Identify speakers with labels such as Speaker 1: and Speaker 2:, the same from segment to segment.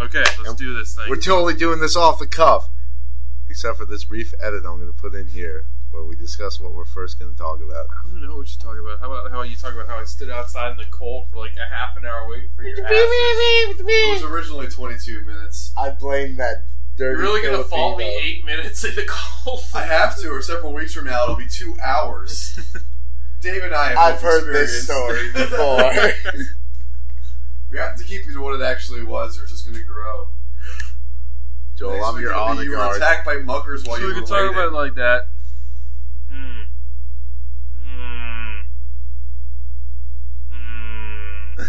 Speaker 1: Okay, let's
Speaker 2: And
Speaker 1: do this thing.
Speaker 2: We're totally doing this off the cuff, except for this brief edit I'm going to put in here where we discuss what we're first going to talk about.
Speaker 1: I don't know what you talk about. How about how you talk about how I stood outside in the cold for like a half an hour waiting for your asses?
Speaker 3: It was originally 22 minutes.
Speaker 2: I blame that dirty.
Speaker 1: You're really gonna fault me
Speaker 2: Filipino.
Speaker 1: eight minutes in the cold?
Speaker 3: I have to, or several weeks from now, it'll be two hours. Dave and I have
Speaker 2: I've
Speaker 3: both
Speaker 2: heard this
Speaker 3: experienced-
Speaker 2: story before.
Speaker 3: We have to keep it to what it actually was, or it's just going to grow.
Speaker 2: Joel,
Speaker 3: Next
Speaker 2: I'm
Speaker 3: week
Speaker 2: your
Speaker 3: it'll be
Speaker 2: honor
Speaker 3: You were
Speaker 2: guard.
Speaker 3: attacked by muggers while
Speaker 1: so
Speaker 3: you
Speaker 1: we
Speaker 3: were
Speaker 1: can talk
Speaker 3: waiting.
Speaker 1: about it like that. Mm. Mm. Mm.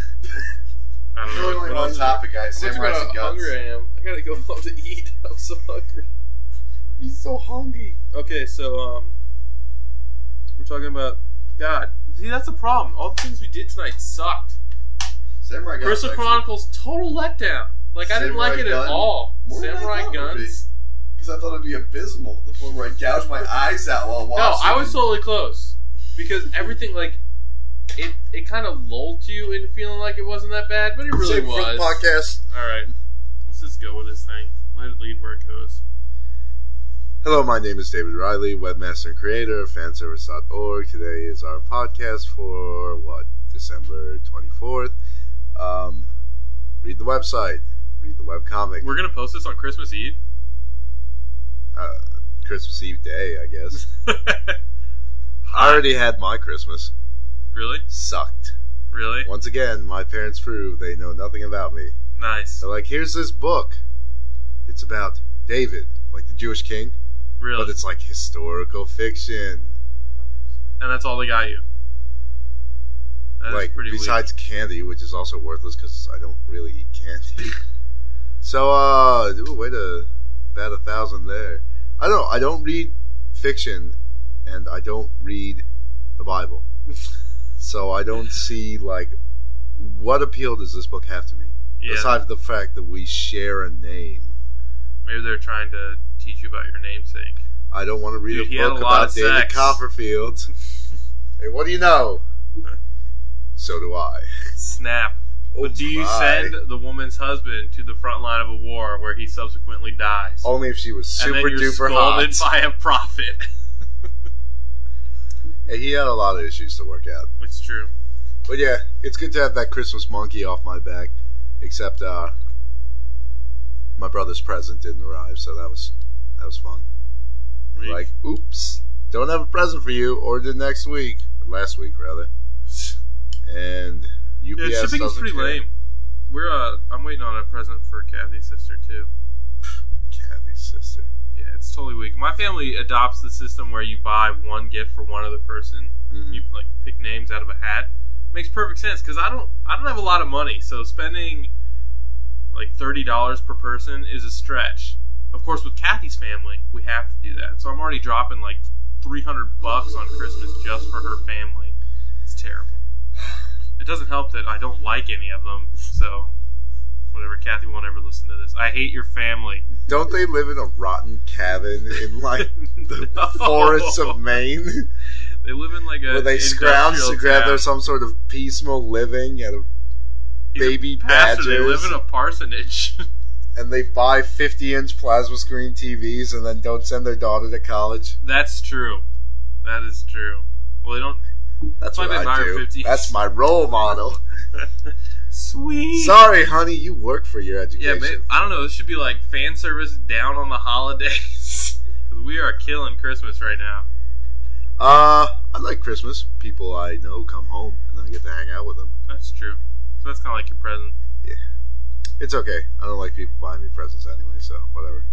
Speaker 1: I don't
Speaker 3: We're
Speaker 1: know.
Speaker 3: only
Speaker 1: What
Speaker 3: on
Speaker 1: else-
Speaker 3: topic, guys.
Speaker 1: How much
Speaker 3: Samurais
Speaker 1: about
Speaker 3: and
Speaker 1: how
Speaker 3: guns.
Speaker 1: hungry I am. I gotta go home to eat. I'm so hungry.
Speaker 2: He's so hungry.
Speaker 1: Okay, so um, we're talking about God. See, that's the problem. All the things we did tonight sucked.
Speaker 3: Samurai guns.
Speaker 1: Crystal Chronicles, total letdown. Like I didn't
Speaker 3: Samurai
Speaker 1: like it
Speaker 3: gun?
Speaker 1: at all.
Speaker 3: More than I
Speaker 1: Samurai
Speaker 3: thought it would
Speaker 1: guns.
Speaker 3: Because I thought it'd be abysmal to the point where I gouged my eyes out while watching.
Speaker 1: No, I was totally close because everything like it it kind of lulled you into feeling like it wasn't that bad, but it really
Speaker 2: Save it For the
Speaker 1: was.
Speaker 2: podcast.
Speaker 1: All right, let's just go with this thing. Let it lead where it goes.
Speaker 2: Hello, my name is David Riley, webmaster and creator of fanservice.org. Today is our podcast for what? December 24th. Um, read the website, read the webcomic.
Speaker 1: We're gonna post this on Christmas Eve.
Speaker 2: Uh, Christmas Eve day, I guess. I already had my Christmas.
Speaker 1: really,
Speaker 2: Sucked.
Speaker 1: really
Speaker 2: Once again, my parents prove they know nothing about me.
Speaker 1: nice.
Speaker 2: They're like, here's this book. It's about David, like the Jewish king,
Speaker 1: Really,
Speaker 2: but it's like historical fiction.
Speaker 1: and that's all they got you. That's
Speaker 2: like
Speaker 1: pretty weak.
Speaker 2: besides candy, which is also worthless because I don't really eat candy. so, uh, ooh, way to bat a thousand there. I don't. know. I don't read fiction, and I don't read the Bible, so I don't see like what appeal does this book have to me
Speaker 1: yeah.
Speaker 2: aside from the fact that we share a name.
Speaker 1: Maybe they're trying to teach you about your namesake.
Speaker 2: I don't want to read
Speaker 1: Dude, he
Speaker 2: a
Speaker 1: had
Speaker 2: book
Speaker 1: a lot
Speaker 2: about
Speaker 1: of
Speaker 2: David
Speaker 1: sex.
Speaker 2: Copperfield. hey, what do you know? so do I.
Speaker 1: Snap.
Speaker 2: Oh
Speaker 1: But do you
Speaker 2: my.
Speaker 1: send the woman's husband to the front line of a war where he subsequently dies?
Speaker 2: Only if she was
Speaker 1: and
Speaker 2: Oh, super
Speaker 1: then you're
Speaker 2: duper hot.
Speaker 1: scolded by a prophet.
Speaker 2: Hey, he had a lot of issues to work out.
Speaker 1: It's true.
Speaker 2: But yeah, it's good to have that Christmas monkey off my back. Except uh my brother's present didn't arrive, so that was that was fun.
Speaker 1: Weak.
Speaker 2: Like, oops, don't have a present for you, ordered next week. Or last week rather. And
Speaker 1: Yeah,
Speaker 2: UPS
Speaker 1: shipping is
Speaker 2: doesn't
Speaker 1: pretty
Speaker 2: care.
Speaker 1: lame. We're uh, I'm waiting on a present for Kathy's sister too.
Speaker 2: Kathy's sister.
Speaker 1: Yeah, it's totally weak. My family adopts the system where you buy one gift for one other person.
Speaker 2: Mhm.
Speaker 1: You like pick names out of a hat. Makes perfect sense because I don't I don't have a lot of money, so spending like thirty dollars per person is a stretch. Of course, with Kathy's family, we have to do that. So I'm already dropping like three hundred bucks on Christmas just for her family. It's terrible. It doesn't help that I don't like any of them. So whatever, Kathy won't ever listen to this. I hate your family.
Speaker 2: Don't they live in a rotten cabin in like the
Speaker 1: No.
Speaker 2: forests of Maine?
Speaker 1: They live in like a
Speaker 2: Where they scrounge
Speaker 1: scrounge
Speaker 2: together some sort of peaceful living at a baby
Speaker 1: pastor. They
Speaker 2: badgers.
Speaker 1: live in a parsonage.
Speaker 2: and they buy 50 inch plasma screen TVs and then don't send their daughter to college.
Speaker 1: That's true. That is true. Well, they don't.
Speaker 2: That's
Speaker 1: Why
Speaker 2: what
Speaker 1: they buy
Speaker 2: I
Speaker 1: her
Speaker 2: do.
Speaker 1: 50?
Speaker 2: That's my role model.
Speaker 1: Sweet.
Speaker 2: Sorry, honey, you work for your
Speaker 1: yeah,
Speaker 2: education.
Speaker 1: man, I don't know. This should be like fan service down on the holidays because we are killing Christmas right now.
Speaker 2: uh, I like Christmas. People I know come home and I get to hang out with them.
Speaker 1: That's true. So that's kind of like your present.
Speaker 2: It's okay. I don't like people buying me presents anyway, so whatever.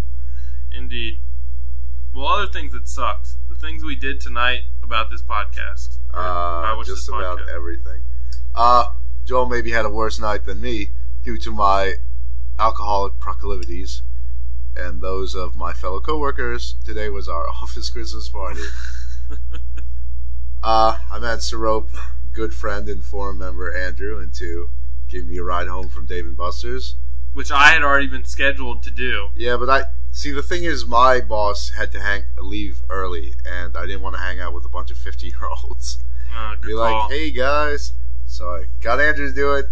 Speaker 1: Indeed. Well, other things that sucked. The things we did tonight about this podcast. Or about
Speaker 2: Uh,
Speaker 1: which
Speaker 2: just
Speaker 1: this
Speaker 2: about
Speaker 1: podcast-
Speaker 2: everything. Uh, Joel maybe had a worse night than me due to my alcoholic proclivities and those of my fellow coworkers. Today was our office Christmas party. uh, I managed to rope good friend and forum member Andrew into giving me a ride home from Dave and Buster's.
Speaker 1: Which I had already been scheduled to do.
Speaker 2: Yeah, but I see the thing is my boss had to hang leave early, and I didn't want to hang out with a bunch of fifty year olds
Speaker 1: Uh, good
Speaker 2: be
Speaker 1: call.
Speaker 2: like, hey guys, so I got Andrew to do it.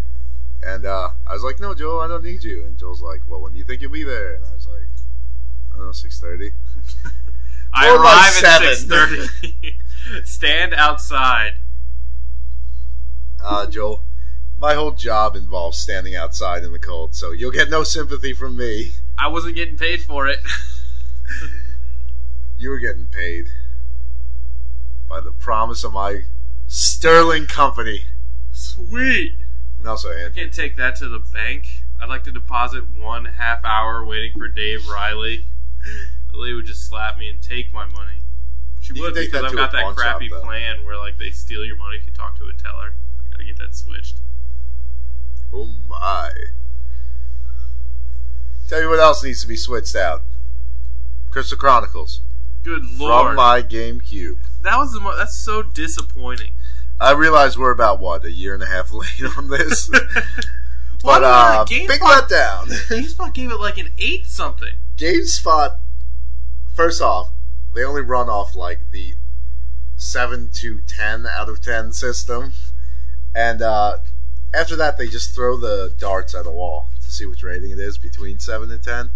Speaker 2: And uh, I was like, "No, Joel, I don't need you." And Joel's like, "Well, when do you think you'll be there?" And I was like, "I don't know, six thirty.
Speaker 1: I
Speaker 2: Or by
Speaker 1: arrive at six
Speaker 2: seven.
Speaker 1: thirty. Stand outside.
Speaker 2: Uh, Joel, my whole job involves standing outside in the cold, so you'll get no sympathy from me.
Speaker 1: I wasn't getting paid for it.
Speaker 2: You were getting paid by the promise of my sterling company.
Speaker 1: Sweet.
Speaker 2: And also,
Speaker 1: I
Speaker 2: Andrew.
Speaker 1: can't take that to the bank. I'd like to deposit one half hour waiting for Dave Riley. The lady would just slap me and take my money. She
Speaker 2: You
Speaker 1: would
Speaker 2: can take
Speaker 1: because
Speaker 2: that
Speaker 1: I've
Speaker 2: to
Speaker 1: got
Speaker 2: a
Speaker 1: that
Speaker 2: pawn shop,
Speaker 1: crappy
Speaker 2: though.
Speaker 1: plan where like they steal your money if you talk to a teller. I gotta get that switched.
Speaker 2: Oh my. Tell you what else needs to be switched out. Crystal Chronicles
Speaker 1: Good
Speaker 2: from
Speaker 1: lord,
Speaker 2: my GameCube.
Speaker 1: that was the mo- that's so disappointing.
Speaker 2: I realize we're about what a year and a half late on this,
Speaker 1: Why
Speaker 2: but uh,
Speaker 1: did
Speaker 2: big
Speaker 1: GameSpot,
Speaker 2: letdown.
Speaker 1: GameSpot gave it like an eight something.
Speaker 2: GameSpot. First off, they only run off like the seven to ten out of ten system, and uh, after that they just throw the darts at a wall to see which rating it is between seven and ten.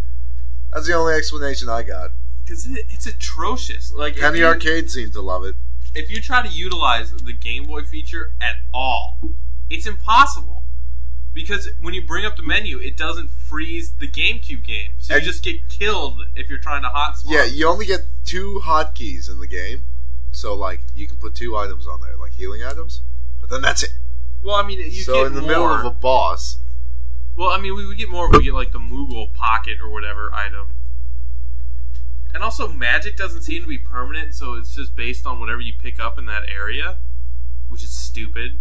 Speaker 2: That's the only explanation I got.
Speaker 1: Because it, it's atrocious. Like if
Speaker 2: And the
Speaker 1: you-
Speaker 2: arcade seemed to love it.
Speaker 1: if you try to utilize the Game Boy feature at all, it's impossible. Because when you bring up the menu, it doesn't freeze the GameCube game. So you
Speaker 2: And-
Speaker 1: just get killed if you're trying to hot swap.
Speaker 2: Yeah, you only get two hotkeys in the game, so like you can put two items on there, like healing items. But then that's it.
Speaker 1: Well, I mean, you
Speaker 2: so
Speaker 1: get
Speaker 2: in the
Speaker 1: more.
Speaker 2: middle of a boss,
Speaker 1: Well, I mean, we would get more. We get like the Moogle pocket or whatever item. And also, magic doesn't seem to be permanent, so it's just based on whatever you pick up in that area, which is stupid.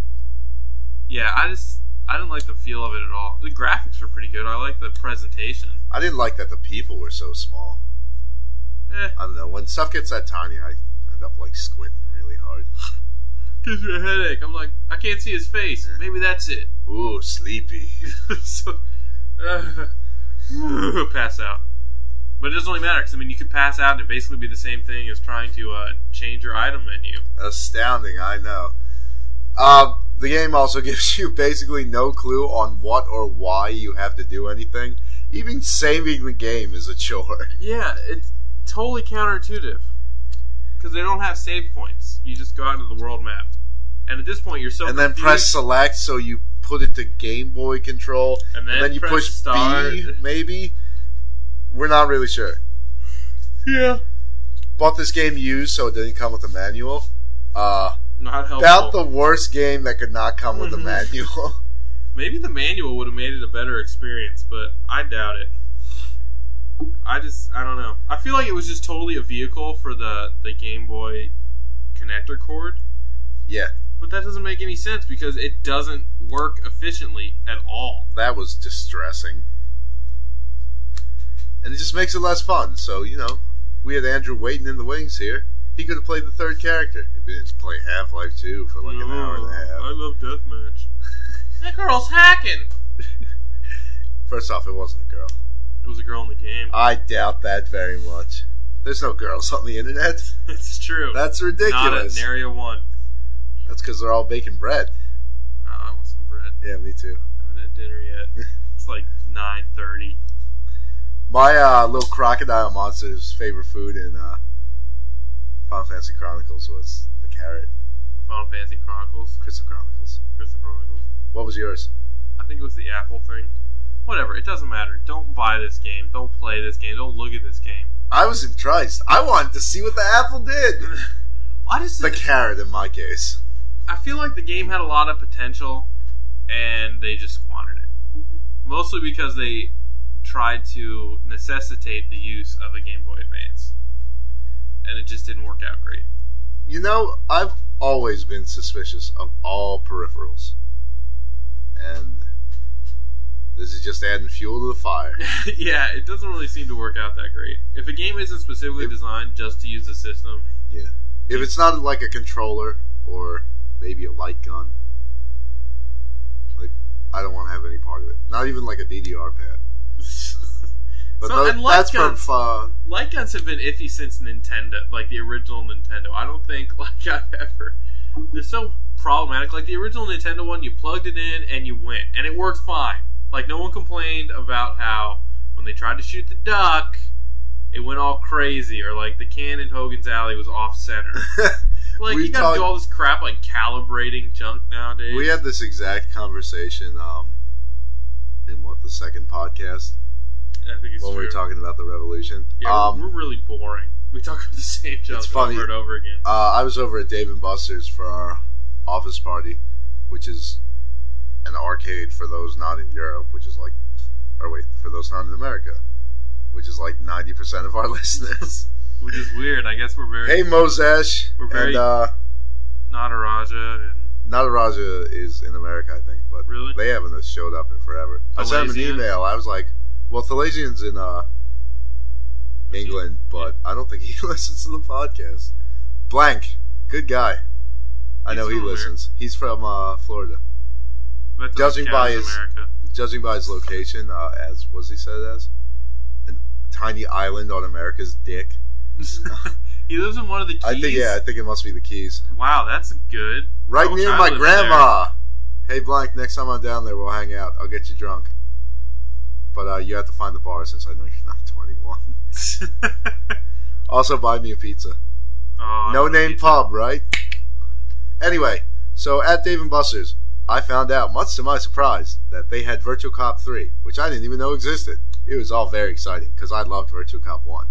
Speaker 1: Yeah, I just I didn't like the feel of it at all. The graphics were pretty good. I like the presentation.
Speaker 2: I didn't like that the people were so small.
Speaker 1: Eh,
Speaker 2: I don't know. When stuff gets that tiny, I end up like squinting really hard.
Speaker 1: gives me a headache. I'm like, I can't see his face. Maybe that's it.
Speaker 2: Ooh, sleepy.
Speaker 1: so, uh, pass out. But it doesn't really matter because I mean, you could pass out and it basically be the same thing as trying to uh, change your item menu.
Speaker 2: Astounding, I know. Uh, the game also gives you basically no clue on what or why you have to do anything. Even saving the game is a chore.
Speaker 1: Yeah, it's totally counterintuitive because they don't have save points. You just go out into the world map, and at this point, you're so
Speaker 2: and then
Speaker 1: confused.
Speaker 2: press select so you put it to Game Boy control.
Speaker 1: And then
Speaker 2: you
Speaker 1: press
Speaker 2: push
Speaker 1: start.
Speaker 2: B, maybe? We're not really sure.
Speaker 1: Yeah,
Speaker 2: Bought this game used, so it didn't come with a manual. Uh,
Speaker 1: not helpful.
Speaker 2: about the worst game that could not come with a
Speaker 1: Mhm.
Speaker 2: manual.
Speaker 1: Maybe the manual would have made it a better experience, but I doubt it. I just I don't know. I feel like it was just totally a vehicle for the the Game Boy connector cord,
Speaker 2: yeah,
Speaker 1: but that doesn't make any sense because it doesn't work efficiently at all.
Speaker 2: that was distressing. And it just makes it less fun. So, you know, we had Andrew waiting in the wings here. He could have played the third character if he didn't play Half Life 2 for like an hour and a
Speaker 1: I
Speaker 2: half.
Speaker 1: love deathmatch. that girl's hacking.
Speaker 2: First off, it wasn't a girl.
Speaker 1: It was a girl in the game.
Speaker 2: I doubt that very much. There's no girls on the internet.
Speaker 1: it's true.
Speaker 2: That's
Speaker 1: Not
Speaker 2: ridiculous.
Speaker 1: an area one.
Speaker 2: That's because they're all baking bread.
Speaker 1: Oh, I want some bread.
Speaker 2: Yeah, me too.
Speaker 1: I haven't had dinner yet. it's like nine thirty.
Speaker 2: My uh, little crocodile monster's favorite food in uh, Final Fantasy Chronicles was the carrot.
Speaker 1: Final Fantasy Chronicles.
Speaker 2: Crystal Chronicles.
Speaker 1: Crystal Chronicles.
Speaker 2: What was yours?
Speaker 1: I think it was the Apple thing. Whatever, it doesn't matter. Don't buy this game. Don't play this game. Don't look at this game.
Speaker 2: I was enticed. I wanted to see what the apple did.
Speaker 1: I just
Speaker 2: The carrot, in my case.
Speaker 1: I feel like the game had a lot of potential and they just squandered it. Mostly because they tried to necessitate the use of a Game Boy Advance. And it just didn't work out great.
Speaker 2: You know, I've always been suspicious of all peripherals. And this is just adding fuel to the fire.
Speaker 1: yeah, it doesn't really seem to work out that great. If a game isn't specifically
Speaker 2: If-
Speaker 1: designed just to use the system,
Speaker 2: Yeah. If it's not like a controller or maybe a light gun, like I don't want to have any part of it. Not even like a DDR pad. But
Speaker 1: So-
Speaker 2: tho-
Speaker 1: and light
Speaker 2: that's from
Speaker 1: guns-
Speaker 2: uh,
Speaker 1: light guns have been iffy since Nintendo, like the original Nintendo. I don't think like I've ever. They're so problematic. Like the original Nintendo one, you plugged it in and you went, and it worked fine. Like no one complained about how when they tried to shoot the duck, it went all crazy, or like the can in Hogan's Alley was off center. Like
Speaker 2: We
Speaker 1: you gotta
Speaker 2: talked-
Speaker 1: do all this crap like calibrating junk nowadays.
Speaker 2: we had this exact conversation um, in what the second podcast
Speaker 1: I think it's
Speaker 2: when
Speaker 1: true.
Speaker 2: we were talking about the revolution.
Speaker 1: yeah, we're-
Speaker 2: um,
Speaker 1: we're, really boring. We talk about the same junk
Speaker 2: funny.
Speaker 1: over and over again.
Speaker 2: uh, I was over at Dave and Buster's for our office party, which is an arcade for those not in Europe, which is like, or wait, for those not in America, which is like ninety percent of our listeners.
Speaker 1: Which is weird. I guess we're very
Speaker 2: hey, Mozesh,
Speaker 1: We're very-
Speaker 2: and uh,
Speaker 1: Nataraja and
Speaker 2: Nataraja is in America, I think, but
Speaker 1: Really?
Speaker 2: they haven't showed up in forever. I sent him an
Speaker 1: Thalesian?
Speaker 2: email. I was like, "Well, Thalesian's in uh, England, but I don't think he listens to the podcast." Blank, good guy. I
Speaker 1: He's
Speaker 2: know he
Speaker 1: from where?
Speaker 2: listens. He's from uh, Florida.
Speaker 1: that doesn't
Speaker 2: Judging
Speaker 1: count
Speaker 2: by
Speaker 1: as
Speaker 2: his-
Speaker 1: America.
Speaker 2: Judging by his location, uh, as was he said as a tiny island on America's dick.
Speaker 1: he lives in one of the keys.
Speaker 2: I think yeah, I think it must be the Keys,
Speaker 1: Wow, that's good.
Speaker 2: right
Speaker 1: I wish
Speaker 2: near
Speaker 1: I
Speaker 2: my
Speaker 1: lived
Speaker 2: grandma. Hey, Blank, next time I'm down there, we'll hang out. I'll get you drunk. But uh, you have to find the bar since I know you're not 21.
Speaker 1: there.
Speaker 2: Also, buy me a pizza.
Speaker 1: oh,
Speaker 2: no
Speaker 1: I
Speaker 2: name
Speaker 1: hate
Speaker 2: pub, right? Anyway, so at Dave and Buster's, I found out, much to my surprise, that they had Virtual Cop 3, which I didn't even know existed. It was all very exciting because I loved Virtual Cop 1,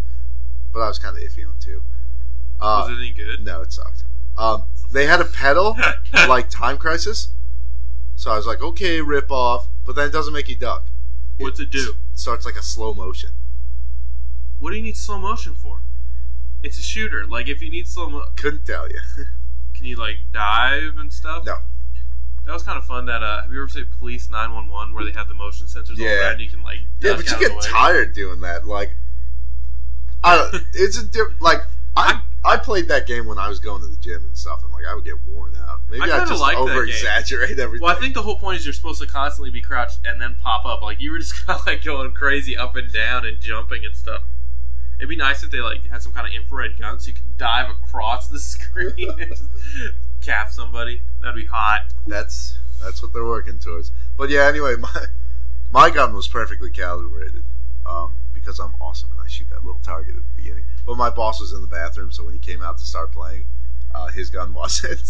Speaker 2: but I was kind of iffy on 2.
Speaker 1: that.
Speaker 2: Uh,
Speaker 1: Was it any good?
Speaker 2: no, it sucked. Um, they had a pedal like Time Crisis, so I was like, okay, rip off, but then it doesn't make you duck.
Speaker 1: What's it do?
Speaker 2: starts like a slow motion.
Speaker 1: What do you need slow motion for? It's a shooter. Like if you need slow, mo-
Speaker 2: Couldn't tell you.
Speaker 1: can you like dive and stuff?
Speaker 2: No.
Speaker 1: That was kind of fun. That uh, have you ever seen Police Nine One One where they have the motion sensors all
Speaker 2: Yeah.
Speaker 1: around? You can like
Speaker 2: Yeah,
Speaker 1: duck
Speaker 2: but you
Speaker 1: out of
Speaker 2: get
Speaker 1: the way.
Speaker 2: tired doing that. Like, I don't, it's a diff, like I I played that game when I was going to the gym and stuff, and like I would get worn out. Maybe
Speaker 1: I
Speaker 2: I,
Speaker 1: kinda
Speaker 2: just
Speaker 1: like that
Speaker 2: over exaggerate everything.
Speaker 1: Well, I think the whole point is you're supposed to constantly be crouched and then pop up. Like you were just kind of like going crazy up and down and jumping and stuff. It'd be nice if they like had some kind of infrared gun so you could dive across the screen and just cap somebody. That'd be hot.
Speaker 2: that's that's what they're working towards. But yeah, anyway, my my gun was perfectly calibrated um, because I'm awesome and I shoot that little target at the beginning. But my boss was in the bathroom, so when he came out to start playing, uh, his gun wasn't.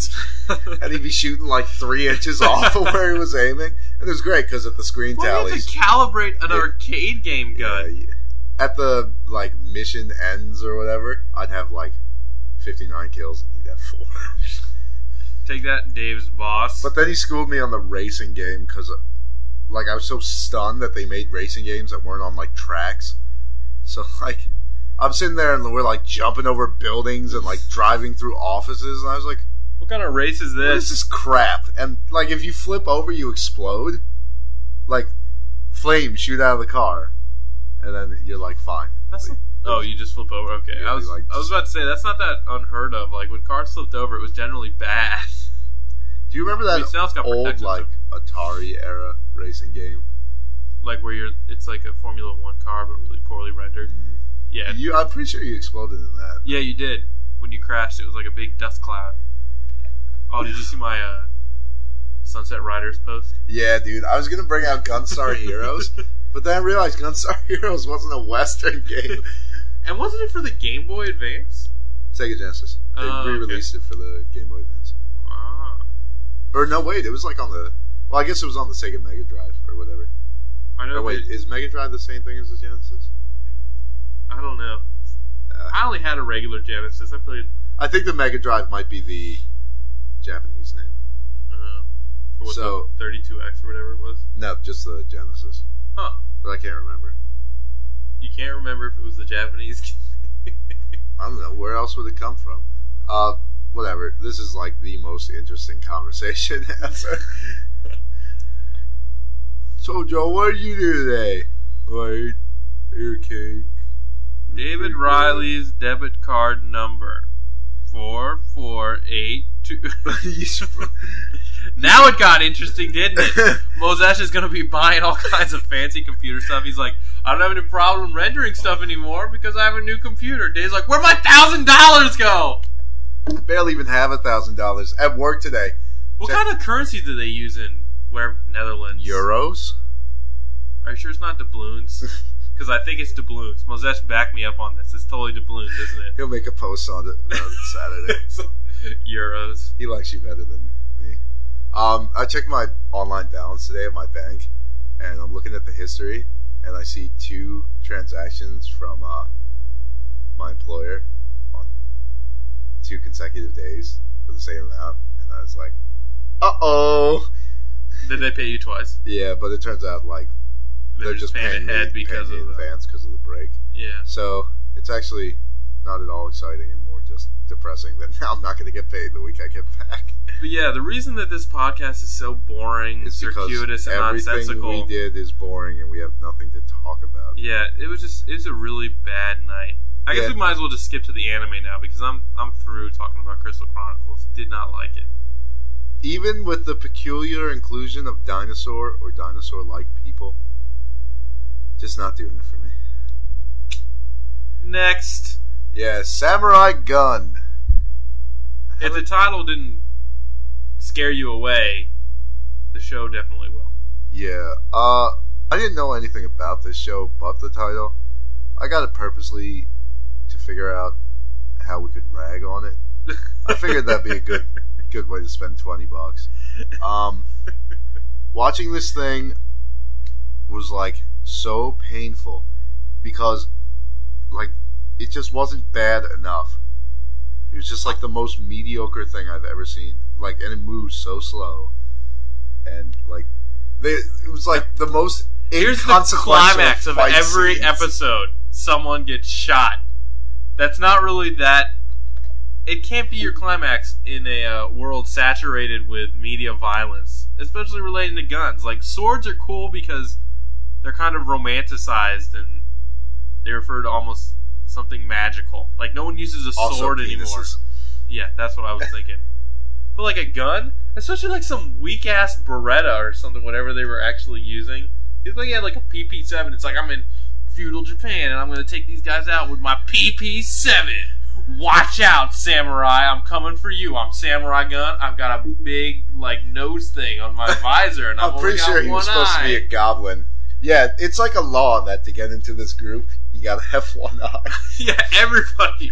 Speaker 2: and he'd be shooting like three inches off of where he was aiming. And it was great because at the screen
Speaker 1: Well, you have
Speaker 2: tallies.
Speaker 1: to calibrate an
Speaker 2: Yeah.
Speaker 1: arcade game gun.
Speaker 2: Yeah, yeah. At the like mission ends or whatever, I'd have like fifty nine kills and he'd have four.
Speaker 1: Take that, Dave's boss.
Speaker 2: But then he schooled me on the racing game because, like, I was so stunned that they made racing games that weren't on like tracks. So like, I'm sitting there and we're like jumping over buildings and like driving through offices, and I was like,
Speaker 1: what kind of race is
Speaker 2: "What is
Speaker 1: this?
Speaker 2: this crap?" And like, if you flip over, you explode. Like, flames shoot out of the car, and then you're like, "Fine."
Speaker 1: That's
Speaker 2: Like,
Speaker 1: Oh, you just flip over. Okay,
Speaker 2: Yeah,
Speaker 1: I was
Speaker 2: like-
Speaker 1: I was about to say that's not that unheard of. Like when cars flipped over, it was generally bad.
Speaker 2: Do you remember
Speaker 1: I mean,
Speaker 2: that
Speaker 1: now it's got
Speaker 2: old
Speaker 1: protectors
Speaker 2: like Atari era racing game?
Speaker 1: like where you're it's like a Formula One car but really poorly rendered. Yeah,
Speaker 2: You, I'm pretty sure you exploded in that.
Speaker 1: yeah, you did. When you crashed, it was like a big dust cloud. Oh, did you see my uh, Sunset Riders post?
Speaker 2: Yeah, dude. I was gonna bring out Gunstar Heroes, but then I realized Gunstar Heroes wasn't a Western game.
Speaker 1: And wasn't it for the Game Boy Advance?
Speaker 2: Sega Genesis. They
Speaker 1: Oh, okay.
Speaker 2: re-released it for the Game Boy Advance.
Speaker 1: Ah,
Speaker 2: Or no, wait, it was like on the. Well, I guess it was on the Sega Mega Drive or whatever.
Speaker 1: I know.
Speaker 2: Or wait,
Speaker 1: they-
Speaker 2: is Mega Drive the same thing as the Genesis?
Speaker 1: I don't know.
Speaker 2: Uh,
Speaker 1: I only had a regular Genesis. I played
Speaker 2: I think the Mega Drive might be the Japanese name.
Speaker 1: uh, for what
Speaker 2: So-
Speaker 1: the 32X or whatever it was.
Speaker 2: No, just the Genesis.
Speaker 1: Huh?
Speaker 2: But I can't remember.
Speaker 1: You can't remember if it was the Japanese.
Speaker 2: I don't know where else would it come from. Uh, whatever. This is like the most interesting conversation ever. so, Joe, what did you do today? Like, ear cake.
Speaker 1: David Riley's debit card number four four eight two.
Speaker 2: You sp-
Speaker 1: now it got interesting, didn't it? Mosesh is going to be buying all kinds of fancy computer stuff. He's like, I don't have any problem rendering stuff anymore because I have a new computer. Dave's like, where'd my thousand dollars go?
Speaker 2: barely even have a thousand dollars at work today.
Speaker 1: What
Speaker 2: That-
Speaker 1: kind of currency do they use in where Netherlands?
Speaker 2: Euros?
Speaker 1: Are you sure it's not doubloons? Because I think it's doubloons. Mozesh back me up on this. It's totally doubloons, isn't
Speaker 2: He'll make a post on it about it Saturday.
Speaker 1: it? Euros.
Speaker 2: He likes you better than me. Um, I checked my online balance today at my bank, and I'm looking at the history, and I see two transactions from uh, my employer on two consecutive days for the same amount, and I was like, "Uh oh."
Speaker 1: Did they pay you twice?
Speaker 2: Yeah, but it turns out like
Speaker 1: They're, just paying
Speaker 2: me-
Speaker 1: ahead because of
Speaker 2: paying me in
Speaker 1: the,
Speaker 2: advance because of the break.
Speaker 1: yeah.
Speaker 2: So it's actually not at all exciting and more just depressing that now I'm not going to get paid the week I get back.
Speaker 1: But yeah, the reason that this podcast is so boring,
Speaker 2: It's because
Speaker 1: circuitous, and
Speaker 2: everything
Speaker 1: nonsensical.
Speaker 2: we did is boring and we have nothing to talk about.
Speaker 1: Yeah, it was just it was a really bad night. I guess
Speaker 2: Yeah.
Speaker 1: we might as well just skip to the anime now because I'm I'm through talking about Crystal Chronicles. Did not like it.
Speaker 2: Even with the peculiar inclusion of dinosaur or dinosaur-like people, just not doing it for me.
Speaker 1: Next,
Speaker 2: Yeah, Samurai Gun.
Speaker 1: if the title didn't scare you away, the show definitely will.
Speaker 2: Yeah. Uh, I didn't know anything about this show but the title. I got it purposely to figure out how we could rag on it. I figured that'd be a good good way to spend twenty bucks. Um, watching this thing was like so painful because like it just wasn't bad enough. It was just like the most mediocre thing I've ever seen. Like, and it moves so slow, and like they, it was like the most
Speaker 1: Here's the
Speaker 2: inconsequential
Speaker 1: climax of
Speaker 2: fight
Speaker 1: every
Speaker 2: scenes.
Speaker 1: episode: someone gets shot. That's not really that. It can't be your climax in a uh, world saturated with media violence, especially relating to guns. Like swords are cool because they're kind of romanticized and they refer to almost something magical. Like no one uses a
Speaker 2: Also
Speaker 1: sword anymore.
Speaker 2: penises.
Speaker 1: Yeah, that's what I was thinking. But like a gun, especially like some weak ass Beretta or something, whatever they were actually using. It's like he had like a PP seven. It's like I'm in feudal Japan and I'm gonna take these guys out with my PP seven. Watch out, samurai! I'm coming for you. I'm samurai gun. I've got a big like nose thing on my visor, and I've
Speaker 2: I'm
Speaker 1: only
Speaker 2: pretty
Speaker 1: got
Speaker 2: sure he was
Speaker 1: one
Speaker 2: supposed to be
Speaker 1: eye.
Speaker 2: a goblin. Yeah, it's like a law that to get into this group, you gotta have one eye.
Speaker 1: yeah, everybody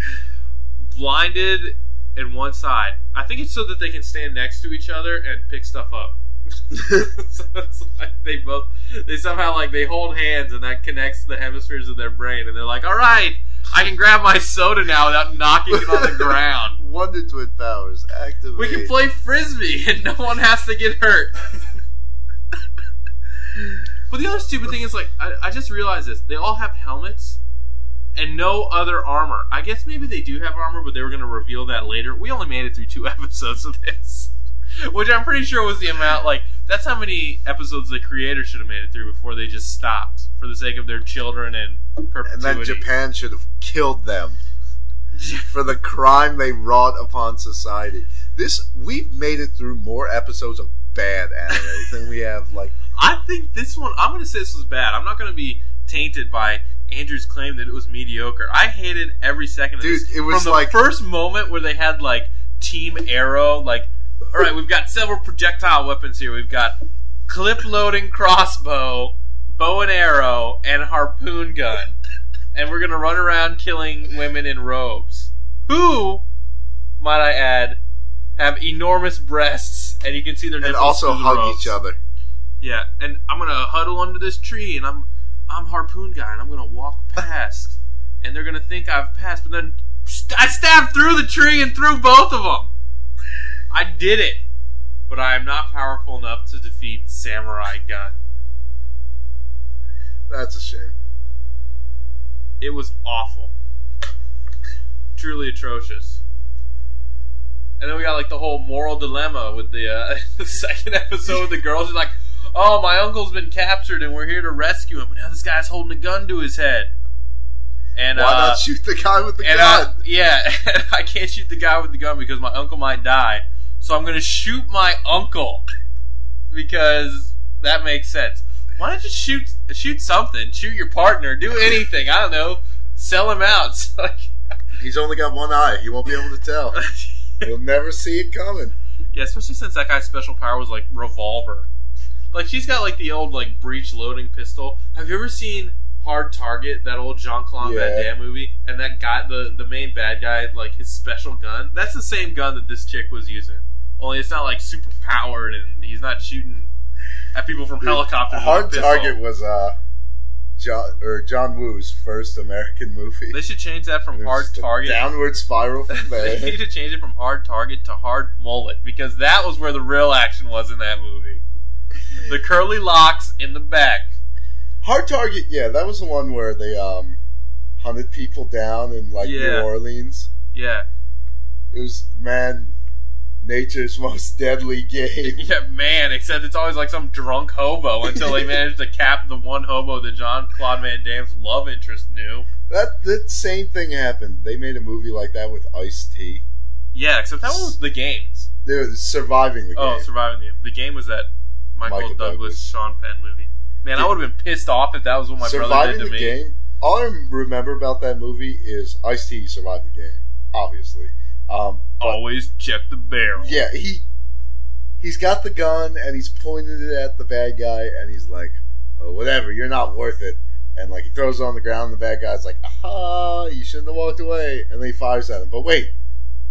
Speaker 1: blinded in one side. I think it's so that they can stand next to each other and pick stuff up. so it's like they both they somehow like they hold hands and that connects the hemispheres of their brain and they're like, all right, I can grab my soda now without knocking it on the ground.
Speaker 2: Wonder Twin powers activate.
Speaker 1: We can play frisbee and no one has to get hurt. but the other stupid thing is like I, I just realized this. They all have helmets and no other armor. I guess maybe they do have armor, but they were gonna reveal that later. We only made it through two episodes of this. Which I'm pretty sure was the amount like that's how many episodes the creator should have made it through before they just stopped for the sake of their children and perpetuity.
Speaker 2: And then Japan should have killed them for the crime they wrought upon society. This we've made it through more episodes of bad anime than we have like
Speaker 1: I think this one. I'm going to say this was bad. I'm not going to be tainted by Andrew's claim that it was mediocre. I hated every second of
Speaker 2: Dude,
Speaker 1: this.
Speaker 2: it was
Speaker 1: from the
Speaker 2: like-
Speaker 1: first moment where they had like Team Arrow. Like, all right, we've got several projectile weapons here. We've got clip loading crossbow, bow and arrow, and harpoon gun, and we're going to run around killing women in robes. Who, might I add, have enormous breasts, and you can see their
Speaker 2: and
Speaker 1: nipples
Speaker 2: also
Speaker 1: through the
Speaker 2: hug
Speaker 1: robes.
Speaker 2: each other.
Speaker 1: Yeah, and I'm gonna huddle under this tree, and I'm I'm harpoon guy, and I'm gonna walk past, and they're gonna think I've passed, but then st- I stabbed through the tree and through both of them. I did it, but I am not powerful enough to defeat Samurai Gun.
Speaker 2: That's a shame.
Speaker 1: It was awful, truly atrocious. And then we got like the whole moral dilemma with the, uh, the second episode. The girls are like, "Oh, my uncle's been captured, and we're here to rescue him." But now this guy's holding a gun to his head. And
Speaker 2: Why
Speaker 1: uh,
Speaker 2: not shoot the guy with the
Speaker 1: and uh,
Speaker 2: gun?
Speaker 1: I, yeah, and I can't shoot the guy with the gun because my uncle might die. So I'm gonna shoot my uncle because that makes sense. Why don't you shoot shoot something? Shoot your partner. Do anything. I don't know. Sell him out. It's like,
Speaker 2: He's only got one eye. He won't be able to tell. He'll never see it coming.
Speaker 1: Yeah, especially since that guy's special power was like revolver. Like she's got like the old like breech loading pistol. Have you ever seen Hard Target, that old Jean Claude Van
Speaker 2: Yeah.
Speaker 1: Damme movie? And that guy the, the main bad guy, like his special gun? That's the same gun that this chick was using. Only it's not like super powered and he's not shooting at people from
Speaker 2: Dude,
Speaker 1: helicopters. with a
Speaker 2: Hard
Speaker 1: pistol.
Speaker 2: Target was uh, John or John Woo's first American movie.
Speaker 1: They should change that
Speaker 2: It
Speaker 1: from
Speaker 2: was
Speaker 1: Hard
Speaker 2: just a
Speaker 1: Target.
Speaker 2: downward spiral from
Speaker 1: they
Speaker 2: there.
Speaker 1: need to change it from hard target to hard mullet because that was where the real action was in that movie. The curly locks in the back.
Speaker 2: Hard Target, yeah, that was the one where they um hunted people down in like New
Speaker 1: Yeah.
Speaker 2: Orleans.
Speaker 1: Yeah.
Speaker 2: It was man, nature's most deadly game.
Speaker 1: Yeah, man, except it's always like some drunk hobo until they manage to cap the one hobo that John Claude Van Damme's love interest knew.
Speaker 2: That that same thing happened. They made a movie like that with Ice T.
Speaker 1: Yeah, except that one was the games.
Speaker 2: They were surviving the game.
Speaker 1: Oh, surviving the game. The game was that Michael,
Speaker 2: Michael
Speaker 1: Douglas,
Speaker 2: Douglas.
Speaker 1: Sean Penn movie. Man, I
Speaker 2: Yeah.
Speaker 1: would have been pissed off if that was what my brother
Speaker 2: surviving
Speaker 1: did to
Speaker 2: the
Speaker 1: me.
Speaker 2: game. All I remember about that movie is Ice T survived the game. Obviously, um,
Speaker 1: Always check the barrel.
Speaker 2: yeah, he he's got the gun and he's pointed it at the bad guy and he's like, oh, "Whatever, you're not worth it." And like he throws it on the ground, and the bad guy's like, "Aha, you shouldn't have walked away." And then he fires at him. But wait,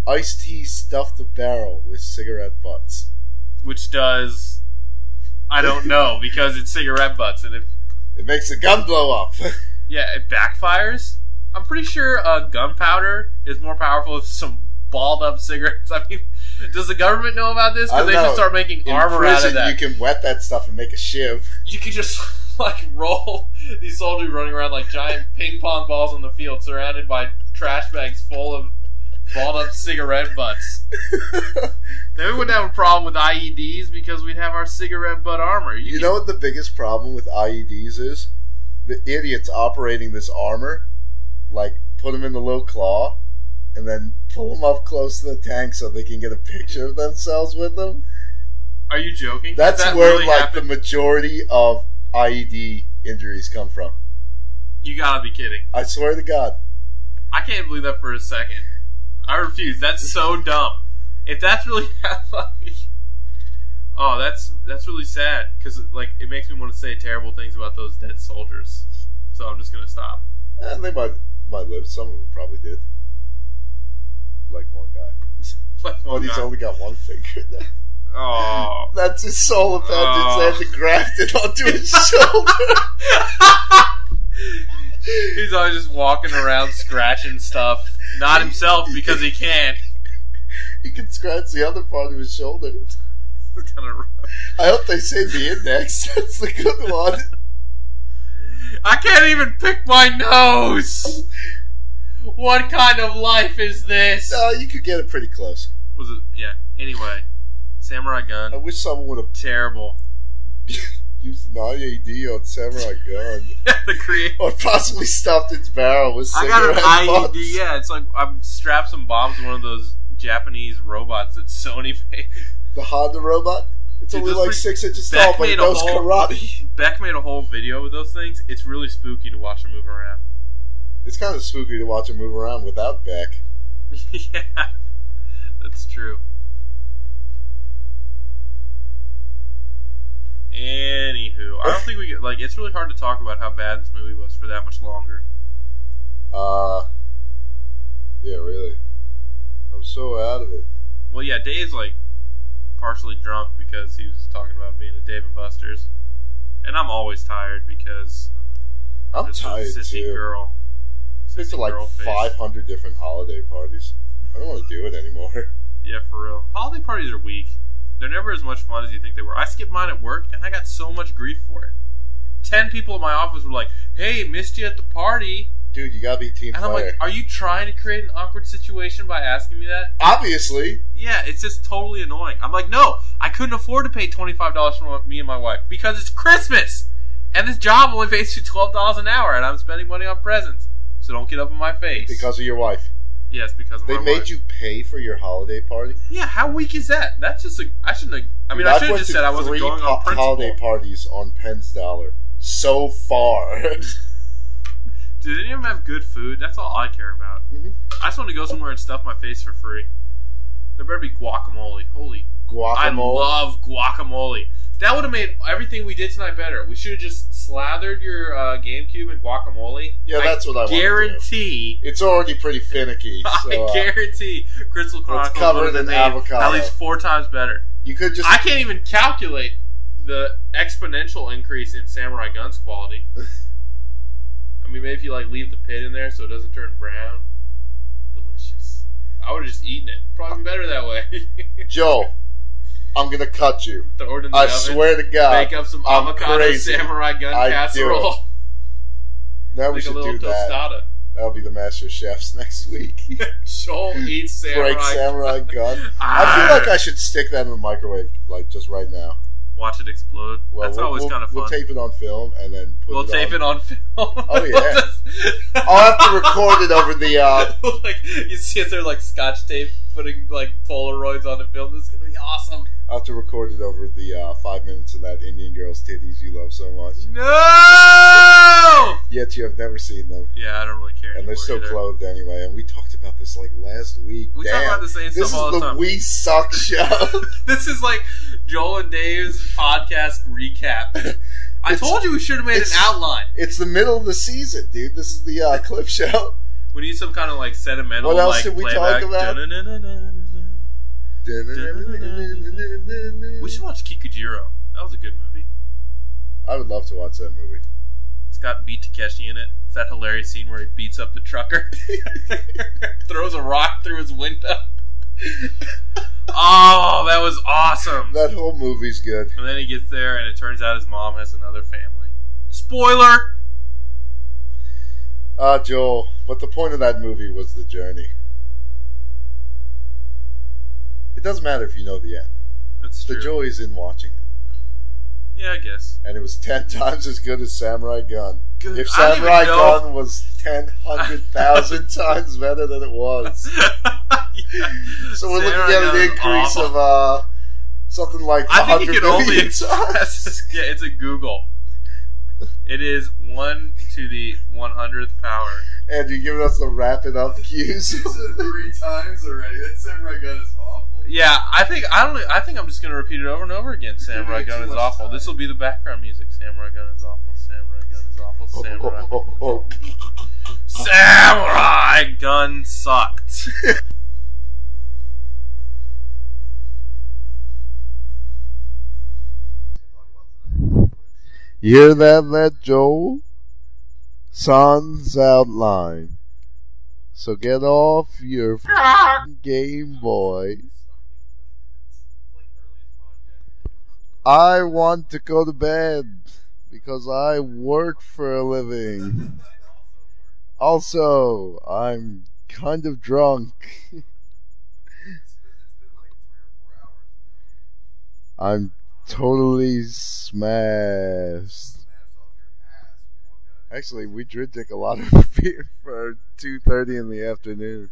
Speaker 2: Ice T stuffed the barrel with cigarette butts.
Speaker 1: which does I don't know because it's cigarette butts, and if
Speaker 2: It makes the gun blow up.
Speaker 1: yeah, it backfires. I'm pretty sure uh, gunpowder is more powerful than some balled up cigarettes. I mean, does the government know about this? Because
Speaker 2: I don't
Speaker 1: they should
Speaker 2: know.
Speaker 1: start making
Speaker 2: In
Speaker 1: armor out of
Speaker 2: prison,
Speaker 1: that.
Speaker 2: you can wet that stuff and make a shiv.
Speaker 1: you could just like roll these soldiers running around like giant ping pong balls on the field, surrounded by trash bags full of balled up cigarette butts. Then we wouldn't have a problem with IEDs because we'd have our cigarette butt armor.
Speaker 2: You
Speaker 1: could-
Speaker 2: know what the biggest problem with IEDs is? The idiots operating this armor, like, put them in the little claw, and then pull them up close to the tank so they can get a picture of themselves with them.
Speaker 1: Are you joking?
Speaker 2: That's
Speaker 1: That
Speaker 2: where,
Speaker 1: really
Speaker 2: like,
Speaker 1: happened?
Speaker 2: the majority of IED injuries come from.
Speaker 1: You gotta be kidding.
Speaker 2: I swear to God.
Speaker 1: I can't believe that for a second. I refuse. That's so dumb. If that's really how, like, oh, that's that's really sad because like it makes me want to say terrible things about those dead soldiers. So I'm just gonna stop.
Speaker 2: And Eh, they might, might live. Some of them probably did. Like one guy.
Speaker 1: Like,
Speaker 2: But
Speaker 1: one
Speaker 2: Oh, he's
Speaker 1: guy-
Speaker 2: only got one finger now.
Speaker 1: oh.
Speaker 2: That's his soul appendage. They
Speaker 1: Oh.
Speaker 2: had to graft it onto his shoulder.
Speaker 1: He's always just walking around scratching stuff. Not himself because he can't.
Speaker 2: He can scratch the other part of his shoulder.
Speaker 1: It's kind of rough.
Speaker 2: I hope they say the index. That's the good one.
Speaker 1: I can't even pick my nose. What kind of life is this?
Speaker 2: No, you could get it pretty close.
Speaker 1: Was it? Yeah. Anyway, Samurai
Speaker 2: I
Speaker 1: Gun,
Speaker 2: wish someone would have
Speaker 1: terrible.
Speaker 2: used an IED on Samurai Gun.
Speaker 1: the create.
Speaker 2: Or possibly stuffed its barrel with
Speaker 1: I
Speaker 2: cigarette
Speaker 1: got an IED.
Speaker 2: butts.
Speaker 1: Yeah, it's like I'm strapped some bombs to one of those Japanese robots that Sony made.
Speaker 2: The Honda robot? It's
Speaker 1: Dude,
Speaker 2: only
Speaker 1: those
Speaker 2: like
Speaker 1: pretty-
Speaker 2: six inches
Speaker 1: Beck
Speaker 2: tall, but it
Speaker 1: made a
Speaker 2: knows
Speaker 1: whole-
Speaker 2: karate.
Speaker 1: Beck made a whole video with those things. It's really spooky to watch them move around.
Speaker 2: It's kind of spooky to watch it move around without Beck.
Speaker 1: yeah, that's true. Anywho, I don't think we get like. It's really hard to talk about how bad this movie was for that much longer.
Speaker 2: Uh, yeah, really. I'm so out of it.
Speaker 1: Well, yeah, Dave's like partially drunk because he was talking about being at Dave and Buster's, and I'm always tired because
Speaker 2: I'm
Speaker 1: just a
Speaker 2: tired
Speaker 1: sissy
Speaker 2: too.
Speaker 1: girl.
Speaker 2: Been
Speaker 1: Sissy
Speaker 2: to like
Speaker 1: girl face.
Speaker 2: 500 different holiday parties. I don't want to do it anymore.
Speaker 1: Yeah, for real. Holiday parties are weak. They're never as much fun as you think they were. I skipped mine at work, and I got so much grief for it. Ten people in my office were like, "Hey, missed you at the party,"
Speaker 2: Dude, you gotta be team
Speaker 1: and I'm
Speaker 2: player.
Speaker 1: like, "Are you trying to create an awkward situation by asking me that?"
Speaker 2: Obviously,
Speaker 1: Yeah, it's just totally annoying. I'm like, no, I couldn't afford to pay twenty five dollars for my- me and my wife because it's Christmas, and this job only pays you twelve dollars an hour, and I'm spending money on presents. So don't get up in my face.
Speaker 2: because of your wife.
Speaker 1: yes, because of
Speaker 2: They
Speaker 1: my
Speaker 2: made
Speaker 1: wife.
Speaker 2: you pay for your holiday party.
Speaker 1: Yeah, how weak is that? That's just a. I shouldn't. Have, I mean,
Speaker 2: Dude,
Speaker 1: I
Speaker 2: I've
Speaker 1: should have
Speaker 2: went
Speaker 1: just
Speaker 2: to
Speaker 1: said I wasn't
Speaker 2: three
Speaker 1: going
Speaker 2: po-
Speaker 1: on principle.
Speaker 2: holiday parties on Penn's dollar so far.
Speaker 1: Did any of them have good food? That's all I care about.
Speaker 2: Mhm.
Speaker 1: I just want to go somewhere and stuff my face for free. There better be guacamole. Holy,
Speaker 2: Guacamole.
Speaker 1: I love guacamole. That would have made everything we did tonight better. We should have just slathered your uh, GameCube in guacamole.
Speaker 2: yeah, that's what I want.
Speaker 1: guarantee.
Speaker 2: It's already pretty finicky. So,
Speaker 1: I
Speaker 2: uh,
Speaker 1: guarantee Crystal Chronicle
Speaker 2: covered
Speaker 1: would have
Speaker 2: in
Speaker 1: been
Speaker 2: avocado.
Speaker 1: at least four times better.
Speaker 2: you could just
Speaker 1: I can't even calculate the exponential increase in Samurai Guns quality. I mean, maybe if you like leave the pit in there so it doesn't turn brown, delicious. I would have just eaten it. Probably been better that way.
Speaker 2: Joe. I'm gonna cut you.
Speaker 1: Throw it in the
Speaker 2: I
Speaker 1: oven,
Speaker 2: swear to God.
Speaker 1: make up some
Speaker 2: Uh, I'm
Speaker 1: avocado
Speaker 2: crazy.
Speaker 1: samurai gun
Speaker 2: I do
Speaker 1: casserole,
Speaker 2: Now we
Speaker 1: like a
Speaker 2: should
Speaker 1: little
Speaker 2: do that.
Speaker 1: tostada.
Speaker 2: That'll be the Master Chefs next week.
Speaker 1: Joel eats samurai.
Speaker 2: Break Samurai Gun. I feel like I should stick that in the microwave, like just right now.
Speaker 1: watch it explode.
Speaker 2: Well,
Speaker 1: That's
Speaker 2: we'll,
Speaker 1: always
Speaker 2: we'll-
Speaker 1: kind of fun.
Speaker 2: We'll tape it on film and then put
Speaker 1: We'll
Speaker 2: it
Speaker 1: tape
Speaker 2: on.
Speaker 1: it on film. Oh
Speaker 2: yeah. I'll have to record it over the. Uh,
Speaker 1: like you see it there like scotch tape putting like polaroids on the film this is gonna be awesome
Speaker 2: I'll have to record it over the uh, five minutes of that Indian girl's titties you love so
Speaker 1: Mm-hmm.
Speaker 2: much.
Speaker 1: no
Speaker 2: Yet you have never seen them,
Speaker 1: yeah i don't really care
Speaker 2: and
Speaker 1: anymore
Speaker 2: they're so
Speaker 1: either.
Speaker 2: clothed anyway. And we talked about this like last week.
Speaker 1: we
Speaker 2: Damn.
Speaker 1: talk about the same
Speaker 2: this
Speaker 1: stuff
Speaker 2: is
Speaker 1: all the,
Speaker 2: the
Speaker 1: time
Speaker 2: we suck show.
Speaker 1: this is like joel and dave's podcast recap i
Speaker 2: It's-
Speaker 1: told you we should have made an
Speaker 2: it's-
Speaker 1: outline
Speaker 2: it's the middle of the season, dude. This is the uh, clip show.
Speaker 1: we need some kind of like sentimental
Speaker 2: What else
Speaker 1: like
Speaker 2: did we talk
Speaker 1: playback
Speaker 2: about?
Speaker 1: Da-na-na-na-na-na-na. we should watch kikujiro that was a good movie
Speaker 2: I would love to watch that movie.
Speaker 1: It's got Beat Takeshi in it. It's that hilarious scene where he beats up the trucker, throws a rock through his window. oh, that was awesome!
Speaker 2: That whole movie's good.
Speaker 1: And then he gets there, and it turns out his mom has another family. Spoiler!
Speaker 2: Ah, Joel. But the point of that movie was the journey. It doesn't matter if you know the end.
Speaker 1: That's
Speaker 2: The
Speaker 1: true.
Speaker 2: joy is in watching it.
Speaker 1: yeah, I guess.
Speaker 2: And it was ten times as good as Samurai Gun.
Speaker 1: Good.
Speaker 2: If
Speaker 1: I don't even
Speaker 2: Samurai
Speaker 1: know-
Speaker 2: Gun was ten hundred thousand times better than it was.
Speaker 1: Yeah.
Speaker 2: So we're
Speaker 1: Samurai
Speaker 2: looking at
Speaker 1: Gun
Speaker 2: an
Speaker 1: is
Speaker 2: increase
Speaker 1: awful.
Speaker 2: of uh something like
Speaker 1: I think you
Speaker 2: hundred
Speaker 1: can only
Speaker 2: million times.
Speaker 1: express. yeah, it's a Google. It is one to the one hundredth power.
Speaker 2: And you're giving us the wrap it up cues.
Speaker 3: She said three times already. That samurai gun is awful.
Speaker 1: Yeah, I think I don't. I think I'm just gonna repeat it over and over again. Samurai
Speaker 3: doing
Speaker 1: Gun
Speaker 3: too
Speaker 1: is
Speaker 3: much
Speaker 1: awful.
Speaker 3: time.
Speaker 1: This will be the background music. Samurai Gun is awful. Samurai Gun is awful. Samurai. Gun is awful. Samurai Gun sucked.
Speaker 2: You hear that, that Joel? Sun's outline. So get off your f***ing Game Boy. I want to go to bed because I work for a living. Also, I'm kind of drunk. I'm totally smashed. Actually, we did drink a lot of beer for two thirty in the afternoon.